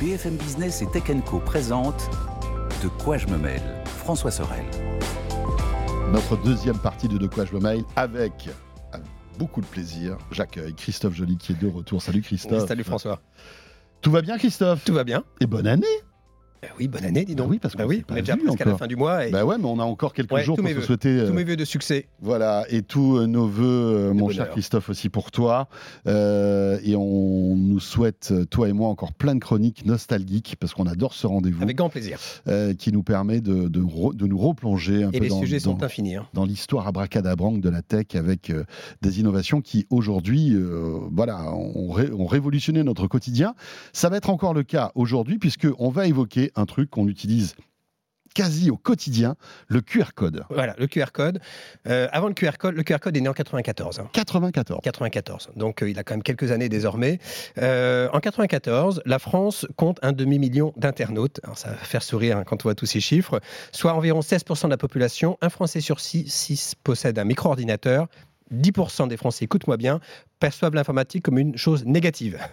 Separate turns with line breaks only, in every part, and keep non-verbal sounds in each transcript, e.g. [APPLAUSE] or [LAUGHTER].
BFM Business et Tech Co présente De quoi je me mêle François Sorel.
Notre deuxième partie de De quoi je me mêle avec, avec beaucoup de plaisir, j'accueille Christophe Joly qui est de retour. Salut Christophe.
Oui, salut François.
Tout va bien Christophe
Tout va bien.
Et bonne année
ben Oui, bonne année, dis donc.
Ben oui, parce qu'on
Ben
s'est
oui,
pas
on est déjà
vu
presque à la
encore.
fin du mois. Et
Bah ouais, mais on a encore quelques
Ouais,
jours
tous
pour
mes
te
vœux.
souhaiter.
tous
euh,
mes voeux de succès.
Voilà, et tous euh, nos voeux, euh, mon
bonheur.
cher Christophe, aussi pour toi. Euh, et on nous souhaite, euh, toi et moi, encore plein de chroniques nostalgiques, parce qu'on adore ce rendez-vous,
Avec grand plaisir.
euh, qui nous permet de, de re- de nous replonger un
Et
peu
les
dans,
sujets
dans-
sont infinis. hein.
dans l'histoire abracadabranque de la tech, avec euh, des innovations qui, aujourd'hui, euh, voilà, ont, ré- ont révolutionné notre quotidien. Ça va être encore le cas aujourd'hui, puisqu'on va évoquer un truc qu'on utilise quasi au quotidien, le QR code.
Voilà, le QR code. Euh, avant le QR code, le QR code est né en 94. hein. [LAUGHS]
94.
94. Donc euh, il a quand même quelques années désormais. Euh, en 94, la France compte un demi-million d'internautes. Alors ça va faire sourire hein, quand on voit tous ces chiffres. Soit environ 16% de la population. Un Français sur 6 possède un micro-ordinateur. 10% des Français, écoute-moi bien, perçoivent l'informatique comme une chose négative. [LAUGHS]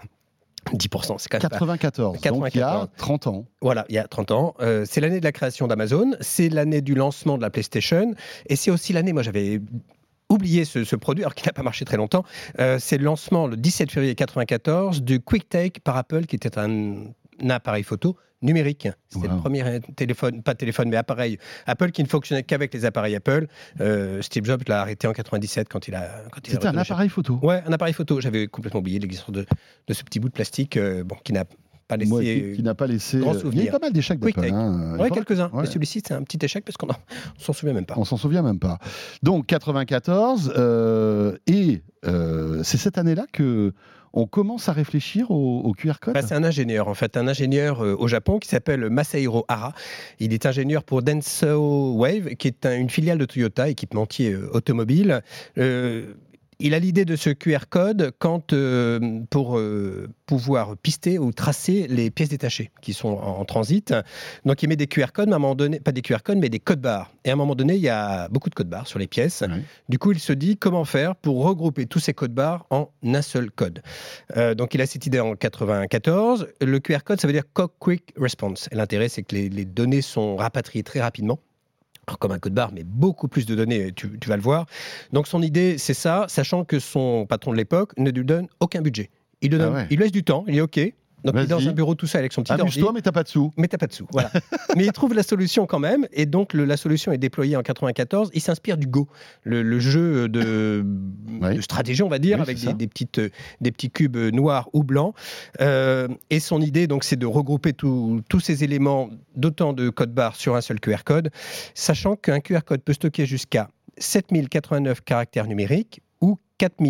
10%, c'est quand même pas-
94, donc il y a
94.
30 ans.
Voilà, il y a 30 ans. Euh, c'est l'année de la création d'Amazon, c'est l'année du lancement de la PlayStation, et c'est aussi l'année, moi j'avais oublié ce, ce produit, alors qu'il n'a pas marché très longtemps, Euh, c'est le lancement le 17 février 1994 du QuickTake par Apple, qui était un, un appareil photo numérique. C'était
Wow.
le premier euh, téléphone, pas téléphone, mais appareil Apple qui ne fonctionnait qu'avec les appareils Apple. Euh, Steve Jobs l'a arrêté en 97 quand il a... Quand il a
C'était un
retourné chez-
appareil photo.
Ouais, un appareil photo. J'avais complètement oublié l'existence de, de ce petit bout de plastique euh, bon, qui n'a pas laissé...
Moi, qui, qui n'a pas laissé.
grand
euh, Il y a eu
souvenir.
pas mal d'échecs
Oui,
d'Apple.
tech.
hein, euh,
Ouais,
il faut-
quelques-uns.
ouais.
Mais celui-ci, c'est un petit échec parce qu'on en- on s'en souvient même pas.
On s'en souvient même pas. Donc 94 euh, et euh, c'est cette année-là que on commence à réfléchir au, au QR code.
Bah, c'est un ingénieur, en fait, un ingénieur euh, au Japon qui s'appelle Masahiro Hara. Il est ingénieur pour Denso Wave, qui est un- une filiale de Toyota, équipementier euh, automobile. Euh, il a l'idée de ce QR code quand, euh, pour euh, pouvoir pister ou tracer les pièces détachées qui sont en, en transit. Donc il met des QR codes, mais à un moment donné, pas des QR codes, mais des codes barres. Et à un moment donné, il y a beaucoup de codes barres sur les pièces.
Ouais.
Du coup, il se dit comment faire pour regrouper tous ces codes barres en un seul code. Euh, donc, il a cette idée en 94. Le QR code, ça veut dire Code Quick Response. Et L'intérêt, c'est que les, les données sont rapatriées très rapidement. Alors, comme un code barre, mais beaucoup plus de données, tu, tu vas le voir. Donc, son idée, c'est ça, sachant que son patron de l'époque ne lui donne aucun budget. Il, lui
Ah
donne-
ouais.
il laisse du temps, il est OK. Donc, il est dans
Vas-y.
un bureau tout seul avec son petit ordi.
Amuse-toi, mais t'as pas de sous.
Mais t'as pas de sous,
[LAUGHS]
voilà. Mais il trouve la solution quand même, et donc le- la solution est déployée en 94. Il s'inspire du Go, le, le jeu de,
Ouais.
de stratégie, on va dire,
Oui,
avec
c'est ça.
des, des petites, des petits cubes noirs ou blancs. Euh, et son idée, donc, c'est de regrouper tout- tous ces éléments d'autant de codes barres sur un seul QR code, sachant qu'un QR code peut stocker jusqu'à 7089 caractères numériques ou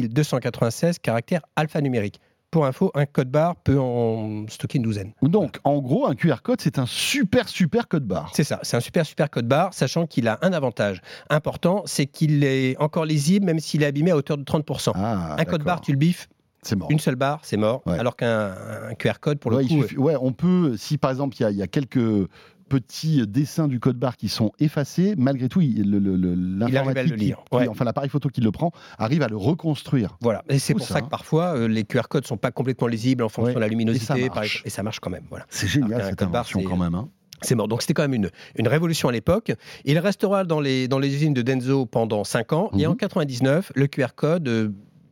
4296 caractères alphanumériques. Pour info, un code barre peut en stocker une douzaine.
Donc en gros, un QR code, c'est un super super code barre.
C'est ça, c'est un super super code barre, sachant qu'il a un avantage important, c'est qu'il est encore lisible même s'il est abîmé à hauteur de 30%.
Ah,
un code
d'accord.
barre, tu le biffes,
c'est mort.
une seule barre, c'est mort,
Ouais.
alors qu'un un QR code, pour le
ouais, il
coup...
suffit- ouais, on peut, si par exemple il y a- il y, a quelques petits dessins du code barre qui sont effacés, malgré tout, il- le- le- le-
arrive à le
l'informatique, qui-
lire,
qui-
ouais.
enfin l'appareil photo qui le prend, arrive à le reconstruire.
Voilà, et c'est
Fou,
pour
ça,
ça,
hein.
que parfois euh, les QR codes sont pas complètement lisibles en fonction
Ouais,
de la luminosité,
marche.
par exemple, et ça marche quand même. Voilà,
C'est
Alors
génial
qu'un
cette
code barre,
invention
c'est-
quand même. hein.
c'est mort. Donc c'était quand même une, une révolution à l'époque. Il restera dans les dans les usines de Denso pendant 5 ans, et
Mhm.
en 99, le QR code euh,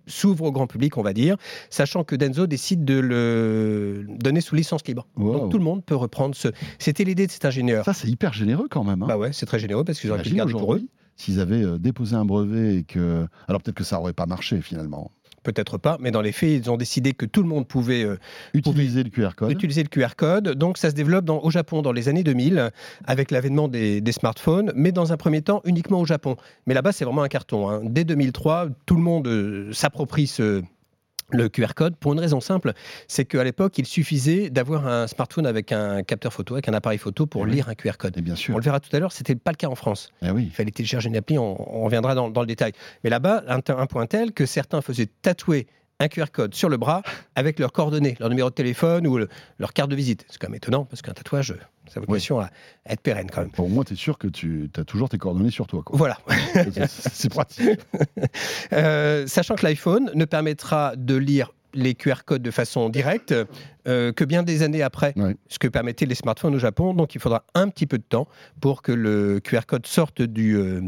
s'ouvre au grand public, on va dire, sachant que Denso décide de le donner sous licence libre.
Wow.
Donc tout le monde peut reprendre ce. C'était l'idée de cet ingénieur.
Ça, c'est hyper généreux quand même. hein.
Bah ouais, c'est très généreux parce qu'ils auraient pu le
Imagine
garder pour eux.
aujourd'hui s'ils avaient euh, déposé un brevet et que. Alors peut-être que ça n'aurait pas marché finalement.
Peut-être pas, mais dans les faits, ils ont décidé que tout le monde pouvait euh,
Utiliser le QR code.
utiliser le QR code. Donc ça se développe dans- au Japon dans les années 2000 euh, avec l'avènement des, des smartphones, mais dans un premier temps uniquement au Japon. Mais là-bas, c'est vraiment un carton. hein. Dès 2003, tout le monde euh, s'approprie ce le QR code pour une raison simple, c'est qu'à l'époque, il suffisait d'avoir un smartphone avec un capteur photo, avec un appareil photo pour
Eh oui.
lire un QR code.
Et bien
On
sûr.
le verra tout à l'heure, c'était pas le cas en France.
Eh oui.
Il fallait télécharger une appli, on, on reviendra dans, dans le détail. Mais là-bas, un, t- un point tel que certains faisaient tatouer un QR code sur le bras avec leurs coordonnées, leur numéro de téléphone ou le- leur carte de visite. C'est quand même étonnant parce qu'un tatouage, ça a vocation à, à être pérenne quand même.
Pour moi, tu es sûr que tu as toujours tes coordonnées sur toi. quoi.
Voilà. [LAUGHS]
C'est- c'est pratique.
Euh, sachant que l'iPhone ne permettra de lire les QR codes de façon directe euh, que bien des années après
Ouais.
ce que permettaient les smartphones au Japon. Donc il faudra un petit peu de temps pour que le QR code sorte du, euh,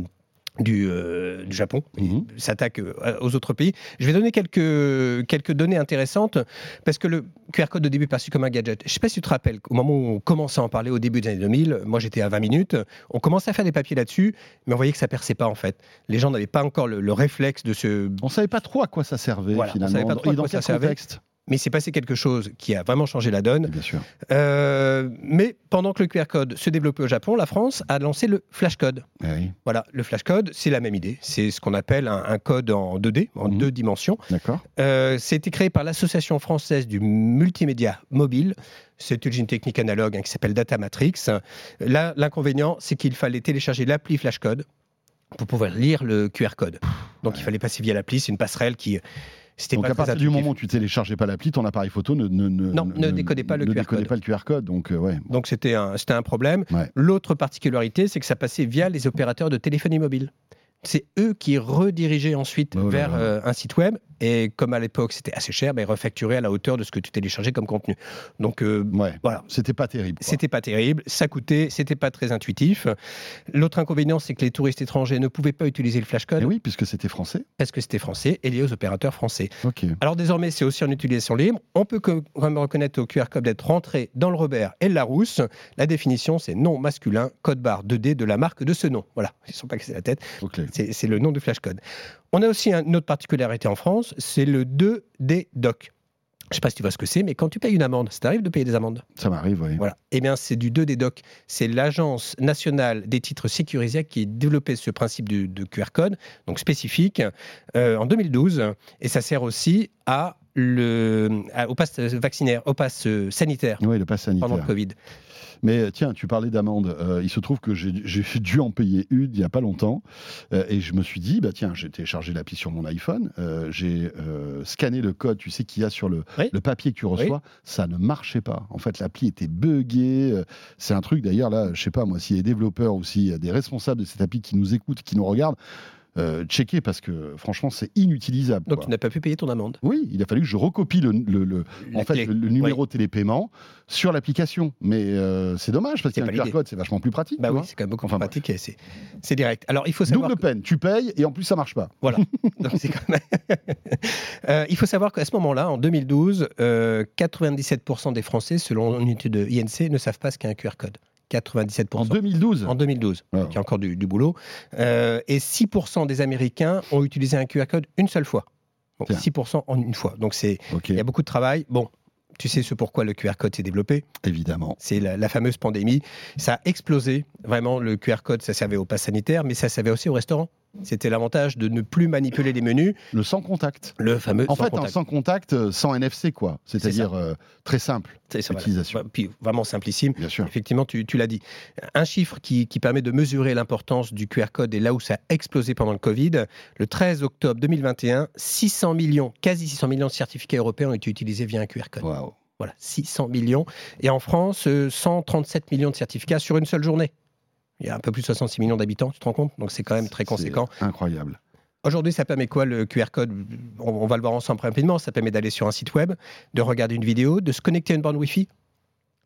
du, euh, du Japon,
Mhm.
s'attaque euh, aux autres pays. Je vais donner quelques, quelques données intéressantes parce que le QR code au début est perçu comme un gadget. Je ne sais pas si tu te rappelles, au moment où on commençait à en parler au début des années 2000, moi j'étais à 20 minutes, on commençait à faire des papiers là-dessus, mais on voyait que ça perçait pas en fait. Les gens n'avaient pas encore le, le réflexe de se
On savait pas trop à quoi ça servait
Voilà, on
finalement.
savait pas trop à
et dans
quoi ça
quel
servait. [LAUGHS]
contexte Eh
mais c'est passé quelque chose qui a vraiment changé la donne.
Bien sûr.
Euh, mais pendant que le QR code se développait au Japon, la France a lancé le flash code.
Eh oui,
Voilà, le flash code, c'est la même idée. C'est ce qu'on appelle un, un code en 2D, en
Mhm.
deux dimensions.
D'accord.
Euh, ça a été créé par l'Association française du multimédia mobile. C'est une technique analogue hein, qui s'appelle Data Matrix. Là, l'inconvénient, c'est qu'il fallait télécharger l'appli Flashcode pour pouvoir lire le QR code. Donc, il fallait passer via l'appli. C'est une passerelle qui. C'était
Donc
pas
à
très
partir du
intuitif.
moment où tu téléchargeais pas l'appli, ton appareil photo ne ne,
Non, ne décodez pas le
ne
QR
décodez
code.
pas le QR code. Donc euh, ouais.
Donc c'était un, c'était un problème.
Ouais.
L'autre particularité, c'est que ça passait via les opérateurs de téléphonie mobile. C'est eux qui redirigeaient ensuite
Oh là
vers
là.
euh, un site web. Et comme à l'époque, c'était assez cher, bah, ils refacturaient à la hauteur de ce que tu téléchargeais comme contenu. Donc euh,
Ouais.
voilà.
C'était pas terrible. quoi.
C'était pas terrible, ça coûtait, c'était pas très intuitif. L'autre inconvénient, c'est que les touristes étrangers ne pouvaient pas utiliser le flashcode
Eh oui, puisque c'était français.
parce que c'était français et lié aux opérateurs français.
Ok.
Alors désormais, c'est aussi en utilisation libre. On peut co- quand même reconnaître au QR code d'être rentré dans le Robert et le Larousse. La définition, c'est nom masculin, code barre 2D de la marque de ce nom. Voilà, ils ne sont pas cassés la tête.
Ok.
C'est c'est le nom du flash code. On a aussi un- une autre particularité en France, c'est le 2D doc. Je ne sais pas si tu vois ce que c'est, mais quand tu payes une amende, ça t'arrive de payer des amendes
Ça m'arrive. Ouais.
voilà. Eh bien, c'est du 2D Doc. C'est l'Agence nationale des titres sécurisés qui a développé ce principe du- de QR code, donc spécifique, euh, en 2012. Et ça sert aussi à le, à- au pass vaccinaire, au pass euh, sanitaire
Ouais, le pass sanitaire.
pendant le Covid.
Mais euh, tiens, tu parlais d'amende. Euh, il se trouve que j'ai j'ai [LAUGHS] dû en payer une il n'y a pas longtemps. Euh, et je me suis dit, bah tiens, j'ai téléchargé l'appli sur mon iPhone. euh, j'ai euh, scanné le code, tu sais, qu'il y a sur le,
Oui.
le papier que tu reçois. Ça ne marchait pas. En fait, l'appli était buggée. euh, C'est un truc, d'ailleurs, là, je sais pas, moi, s'il y a des développeurs ou s'il y a des responsables de cette appli qui nous écoutent, qui nous regardent, euh, checkez parce que franchement, c'est inutilisable.
Donc,
quoi.
tu n'as pas pu payer ton amende.
Oui, il a fallu que je recopie le, le- le- en
La
fait,
clé.
le, le numéro de télépaiement sur l'application. Mais euh, c'est dommage parce
C'est
qu'un
pas
QR
l'idée.
code, c'est vachement plus pratique.
Bah
tu
oui,
vois.
c'est quand même beaucoup
Enfin,
plus pratique et c'est c'est direct. Alors, il faut savoir.
Double peine, tu payes et en plus ça marche pas.
Voilà. [LAUGHS] Donc, c'est quand même- Euh, il faut savoir qu'à ce moment-là, en 2012, euh, 97% des Français, selon une étude de INC, ne savent pas ce qu'est un QR code. 97%.
En 2012.
En 2012,
Ah.
donc il y a encore du, du boulot. Euh, et 6% des Américains ont utilisé un QR code une seule fois. Donc
Tiens.
6% en une fois. Donc c'est-
Ok,
il y a beaucoup de travail. Bon, tu sais ce pourquoi le QR code s'est développé.
évidemment.
C'est la, la fameuse pandémie. Ça a explosé. Vraiment, le QR code, ça servait au pass sanitaire, mais ça servait aussi au restaurant. C'était l'avantage de ne plus manipuler les menus.
Le sans contact.
Le fameux
En
sans
fait, en
contact.
sans contact, euh, sans NFC, quoi. C'est-à-dire euh, très simple,
C'est ça, voilà.
l'utilisation.
Ouais, Puis vraiment simplissime.
bien sûr.
Effectivement, tu, tu l'as dit. Un chiffre qui, qui permet de mesurer l'importance du QR code et là où ça a explosé pendant le Covid. Le 13 octobre 2021, 600 millions, quasi 600 millions de certificats européens ont été utilisés via un QR code.
Waouh.
Voilà, 600 millions. Et en France, euh, 137 millions de certificats sur une seule journée. Il y a un peu plus de 66 millions d'habitants, tu te rends compte Donc c'est quand même très
C'est
conséquent.
Incroyable.
Aujourd'hui, ça permet quoi le QR code on, on va le voir ensemble rapidement. Ça permet d'aller sur un site web, de regarder une vidéo, de se connecter à une bande Wi-Fi.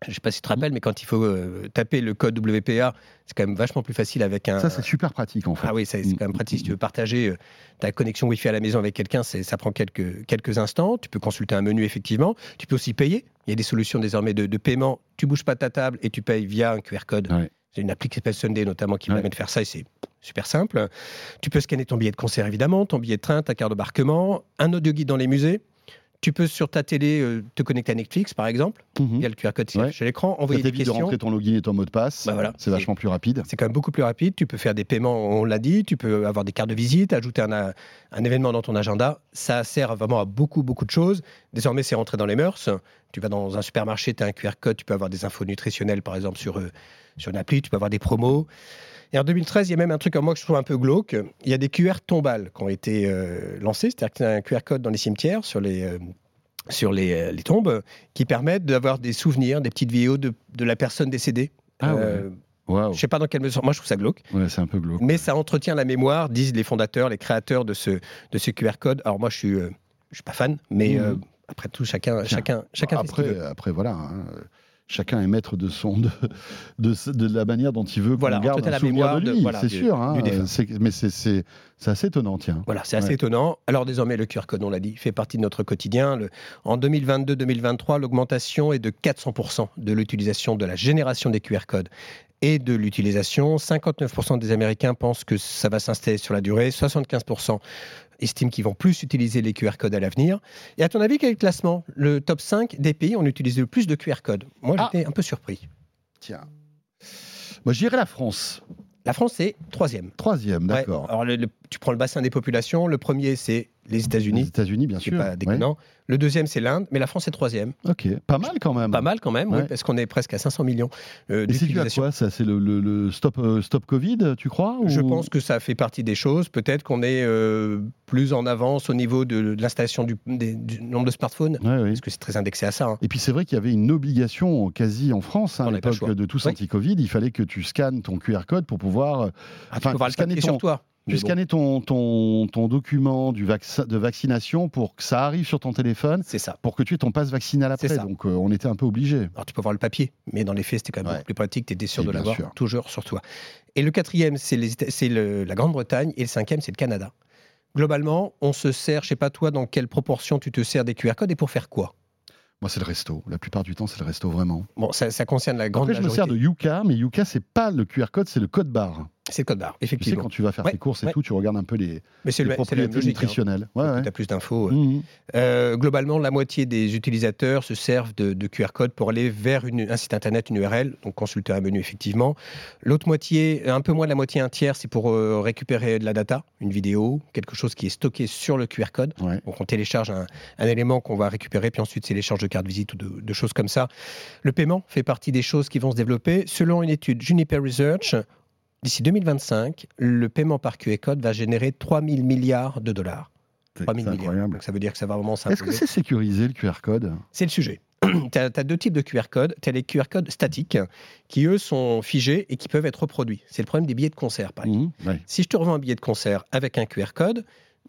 Je ne sais pas si tu te rappelles, mais quand il faut euh, taper le code WPA, c'est quand même vachement plus facile avec un.
Ça, c'est super pratique, en fait.
Euh, ah oui, ça, c'est quand même pratique. Si tu veux partager euh, ta connexion Wi-Fi à la maison avec quelqu'un, c'est- ça prend quelques, quelques instants. Tu peux consulter un menu, effectivement. Tu peux aussi payer. Il y a des solutions désormais de, de paiement. Tu bouges pas ta table et tu payes via un QR code.
Ouais.
C'est une appli qui s'appelle Sunday, notamment, qui
Ouais.
permet de faire ça et c'est super simple. Tu peux scanner ton billet de concert, évidemment, ton billet de train, ta carte d'embarquement, un audio guide dans les musées. Tu peux sur ta télé euh, te connecter à Netflix, par exemple,
Mhm.
via le QR code qui
Ouais.
affiche à l'écran,
Ça
envoyer des
t'évite de
questions.
rentrer ton login et ton mot de passe.
Bah voilà.
C'est vachement plus rapide.
C'est quand même beaucoup plus rapide. Tu peux faire des paiements, on l'a dit. Tu peux avoir des cartes de visite, ajouter un, euh, un événement dans ton agenda. Ça sert vraiment à beaucoup, beaucoup de choses. Désormais, c'est rentré dans les mœurs. Tu vas dans un supermarché, tu as un QR code. Tu peux avoir des infos nutritionnelles, par exemple, sur, euh, sur une appli. Tu peux avoir des promos. Et en 2013, il y a même un truc en moi que je trouve un peu glauque. Il y a des QR tombales qui ont été euh, lancés. C'est-à-dire que tu as un QR code dans les cimetières, sur les. euh, sur les, euh, les tombes, qui permettent d'avoir des souvenirs, des petites vidéos de, de la personne décédée.
Ah ouais.
Euh,
Waouh.
je sais pas dans quelle mesure. Moi, je trouve ça glauque.
Ouais, c'est un peu glauque.
Mais ça entretient la mémoire, disent les fondateurs, les créateurs de ce, de ce QR code. Alors moi, je suis, euh, je suis pas fan, mais
Mhm.
euh, Après tout, chacun, chacun, chacun fait ce qu'il
après,
veut.
après, voilà. hein, euh, Chacun est maître de son de, de, ce- de la manière dont il veut qu'on
Voilà, en
garde
tout cas,
un
la
souvenir
mémoire
de
de-
lui,
voilà,
c'est
du-
sûr. hein,
du défunt.
euh, c'est- mais c'est c'est- c'est assez étonnant, tiens.
Voilà, c'est assez
Ouais.
étonnant. Alors désormais, le QR code, on l'a dit, fait partie de notre quotidien. Le- en 2022-2023, l'augmentation est de 400% de l'utilisation de la génération des QR codes et de l'utilisation. 59% des Américains pensent que ça va s'installer sur la durée. 75% estiment qu'ils vont plus utiliser les QR codes à l'avenir. Et à ton avis, quel est le classement Le top 5 des pays où on utilise le plus de QR codes Moi,
Ah.
j'étais un peu surpris.
Tiens. Moi, je dirais la France.
La France est troisième.
Troisième,
Ouais. Ah,
d'accord.
Alors, le- le- tu prends le bassin des populations. Le premier, c'est les
Les
États-Unis.
États-Unis, bien
C'est
sûr.
pas déconnant. Le deuxième, c'est l'Inde, mais la France est troisième.
Ouais. Ok, pas mal quand même.
Pas mal quand même, oui,
Ouais.
parce qu'on est presque à 500 millions euh,
Et c'est dû à
d'utilisation.
quoi ça C'est le, le- le stop, euh, stop Covid, tu crois
Je
ou-
pense que ça fait partie des choses. Peut-être qu'on est euh, plus en avance au niveau de, de l'installation du, des- du nombre de smartphones,
Ouais, oui.
parce que c'est très indexé à ça. hein.
Et puis c'est vrai qu'il y avait une obligation quasi en France hein,
On
à
n'avait pas le
l'époque
choix.
de tous
Oui.
anti-Covid. Il fallait que tu scannes ton QR code pour pouvoir. euh,
Ah,
Enfin,
tu peux voir
tu
le papier
scannes ton-
sur toi.
Tu
Mais bon,
scannais ton, ton, ton document du vaccin de vaccination pour que ça arrive sur ton téléphone
C'est ça.
pour que tu aies ton passe vaccinal
C'est
après.
ça.
Donc euh, on était un peu obligé.
Alors tu peux voir le papier, mais dans les faits, c'était quand même
Ouais.
beaucoup plus pratique. Tu étais sûr
Oui,
de
bien
l'avoir
sûr.
toujours sur toi. Et le quatrième, c'est les Éta- c'est le- la Grande-Bretagne. Et le cinquième, c'est le Canada. Globalement, on se sert, je sais pas toi, dans quelle proportion tu te sers des QR codes et pour faire quoi
Moi, c'est le resto. La plupart du temps, c'est le resto vraiment.
Bon, ça, ça concerne la grande
Après, je me sers
majorité.
de Yuka, mais Yuka, c'est pas le QR code, c'est le code barre.
C'est le code barre,
Tu sais,
effectivement.
quand tu vas faire
Ouais,
tes courses et
ouais.
tout, tu regardes un peu les,
Mais c'est
les
le c'est la même
propriétés
logique. hein.
nutritionnelles. Ouais, ouais.
Tu as plus d'infos.
Mhm.
Euh, globalement, la moitié des utilisateurs se servent de, de QR code pour aller vers une- un site internet, une URL, donc consulter un menu effectivement. L'autre moitié, un peu moins de la moitié, un tiers, c'est pour euh, récupérer de la data, une vidéo, quelque chose qui est stocké sur le QR code.
Ouais.
Donc on télécharge un, un élément qu'on va récupérer, puis ensuite c'est l'échange de cartes visite ou de, de choses comme ça. Le paiement fait partie des choses qui vont se développer. Selon une étude Juniper Research, d'ici 2025, le paiement par QR code va générer 3 000 milliards de dollars.
C'est
3 000 milliards.
incroyable.
Donc ça veut dire que ça va vraiment
Est-ce que
s'imposer.
c'est sécurisé le QR code
C'est le sujet. [CLEARS THROAT] tu as, deux types de QR codes. Tu as les QR codes statiques qui, eux, sont figés et qui peuvent être reproduits. C'est le problème des billets de concert, par exemple.
Mhm. Ouais.
Si je te revends un billet de concert avec un QR code,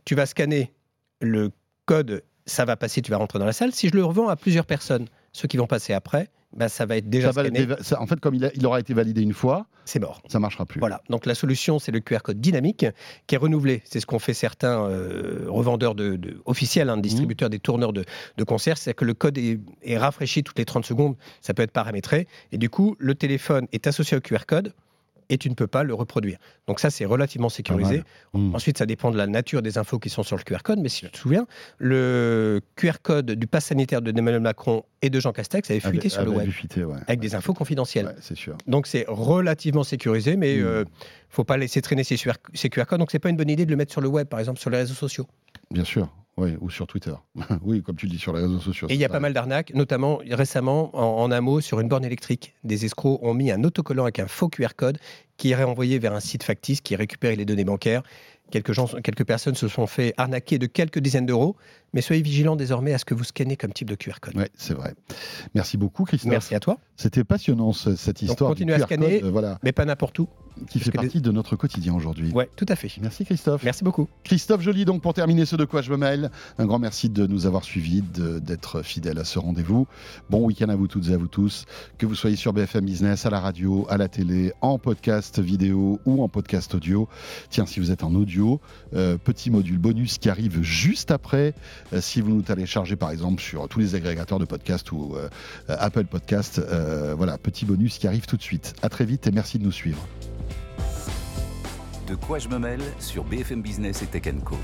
tu vas scanner le code, ça va passer, tu vas rentrer dans la salle. Si je le revends à plusieurs personnes, ceux qui vont passer après, bah, ça va être déjà
Ça va-
scanné,
ça- en fait, comme il, a- il aura été validé une fois,
c'est mort.
ça marchera plus.
Voilà, donc la solution, c'est le QR code dynamique qui est renouvelé. C'est ce qu'ont fait certains euh, revendeurs de, de- officiels, hein,
Mmh.
de distributeurs, des tourneurs de, de concerts. C'est que le code est, est rafraîchi toutes les 30 secondes, ça peut être paramétré. Et du coup, le téléphone est associé au QR code et tu ne peux pas le reproduire. Donc ça, c'est relativement sécurisé.
Mhm.
Ensuite, ça dépend de la nature des infos qui sont sur le QR code, mais si tu te souviens, le QR code du pass sanitaire de Emmanuel Macron et de Jean Castex avait fuité
Avec-
sur le
avec
web,
du fuité, ouais.
avec des infos confidentielles.
Ouais, c'est sûr.
Donc c'est relativement sécurisé, mais
Mm.
il ne faut pas laisser traîner ces QR, ces QR codes. Donc c'est pas une bonne idée de le mettre sur le web, par exemple, sur les réseaux sociaux.
Bien sûr. Ouais, ou sur Twitter. [LAUGHS] oui, comme tu le dis sur les réseaux sociaux.
Et il y a pas mal d'arnaques, notamment récemment, en, en un mot, sur une borne électrique. Des escrocs ont mis un autocollant avec un faux QR code qui est renvoyé vers un site factice qui récupère les données bancaires. Quelques, gens, quelques personnes se sont fait arnaquer de quelques dizaines d'euros, mais soyez vigilants désormais à ce que vous scannez comme type de QR code.
Ouais, c'est vrai. Merci beaucoup, Christophe.
Merci à toi,
C'était passionnant ce- cette histoire. du
continuez à
QR
scanner.
code, euh, voilà,
mais pas n'importe où.
qui fait
Parce que les-
partie de notre quotidien aujourd'hui.
Ouais, tout à fait.
Merci, Christophe.
Merci beaucoup.
Christophe Joly, donc pour terminer ce de quoi je me mêle, un grand merci de nous avoir suivis, de- d'être fidèles à ce rendez-vous. Bon week-end à vous toutes et à vous tous, que vous soyez sur BFM Business, à la radio, à la télé, en podcast vidéo ou en podcast audio. Tiens, si vous êtes en audio, euh, petit module bonus qui arrive juste après, Euh, si vous nous téléchargez par exemple sur tous les agrégateurs de podcasts ou euh, euh, Apple Podcast, euh, voilà, petit bonus qui arrive tout de suite. À très vite et merci de nous suivre.
De quoi je me mêle sur BFM Business et Tech Co.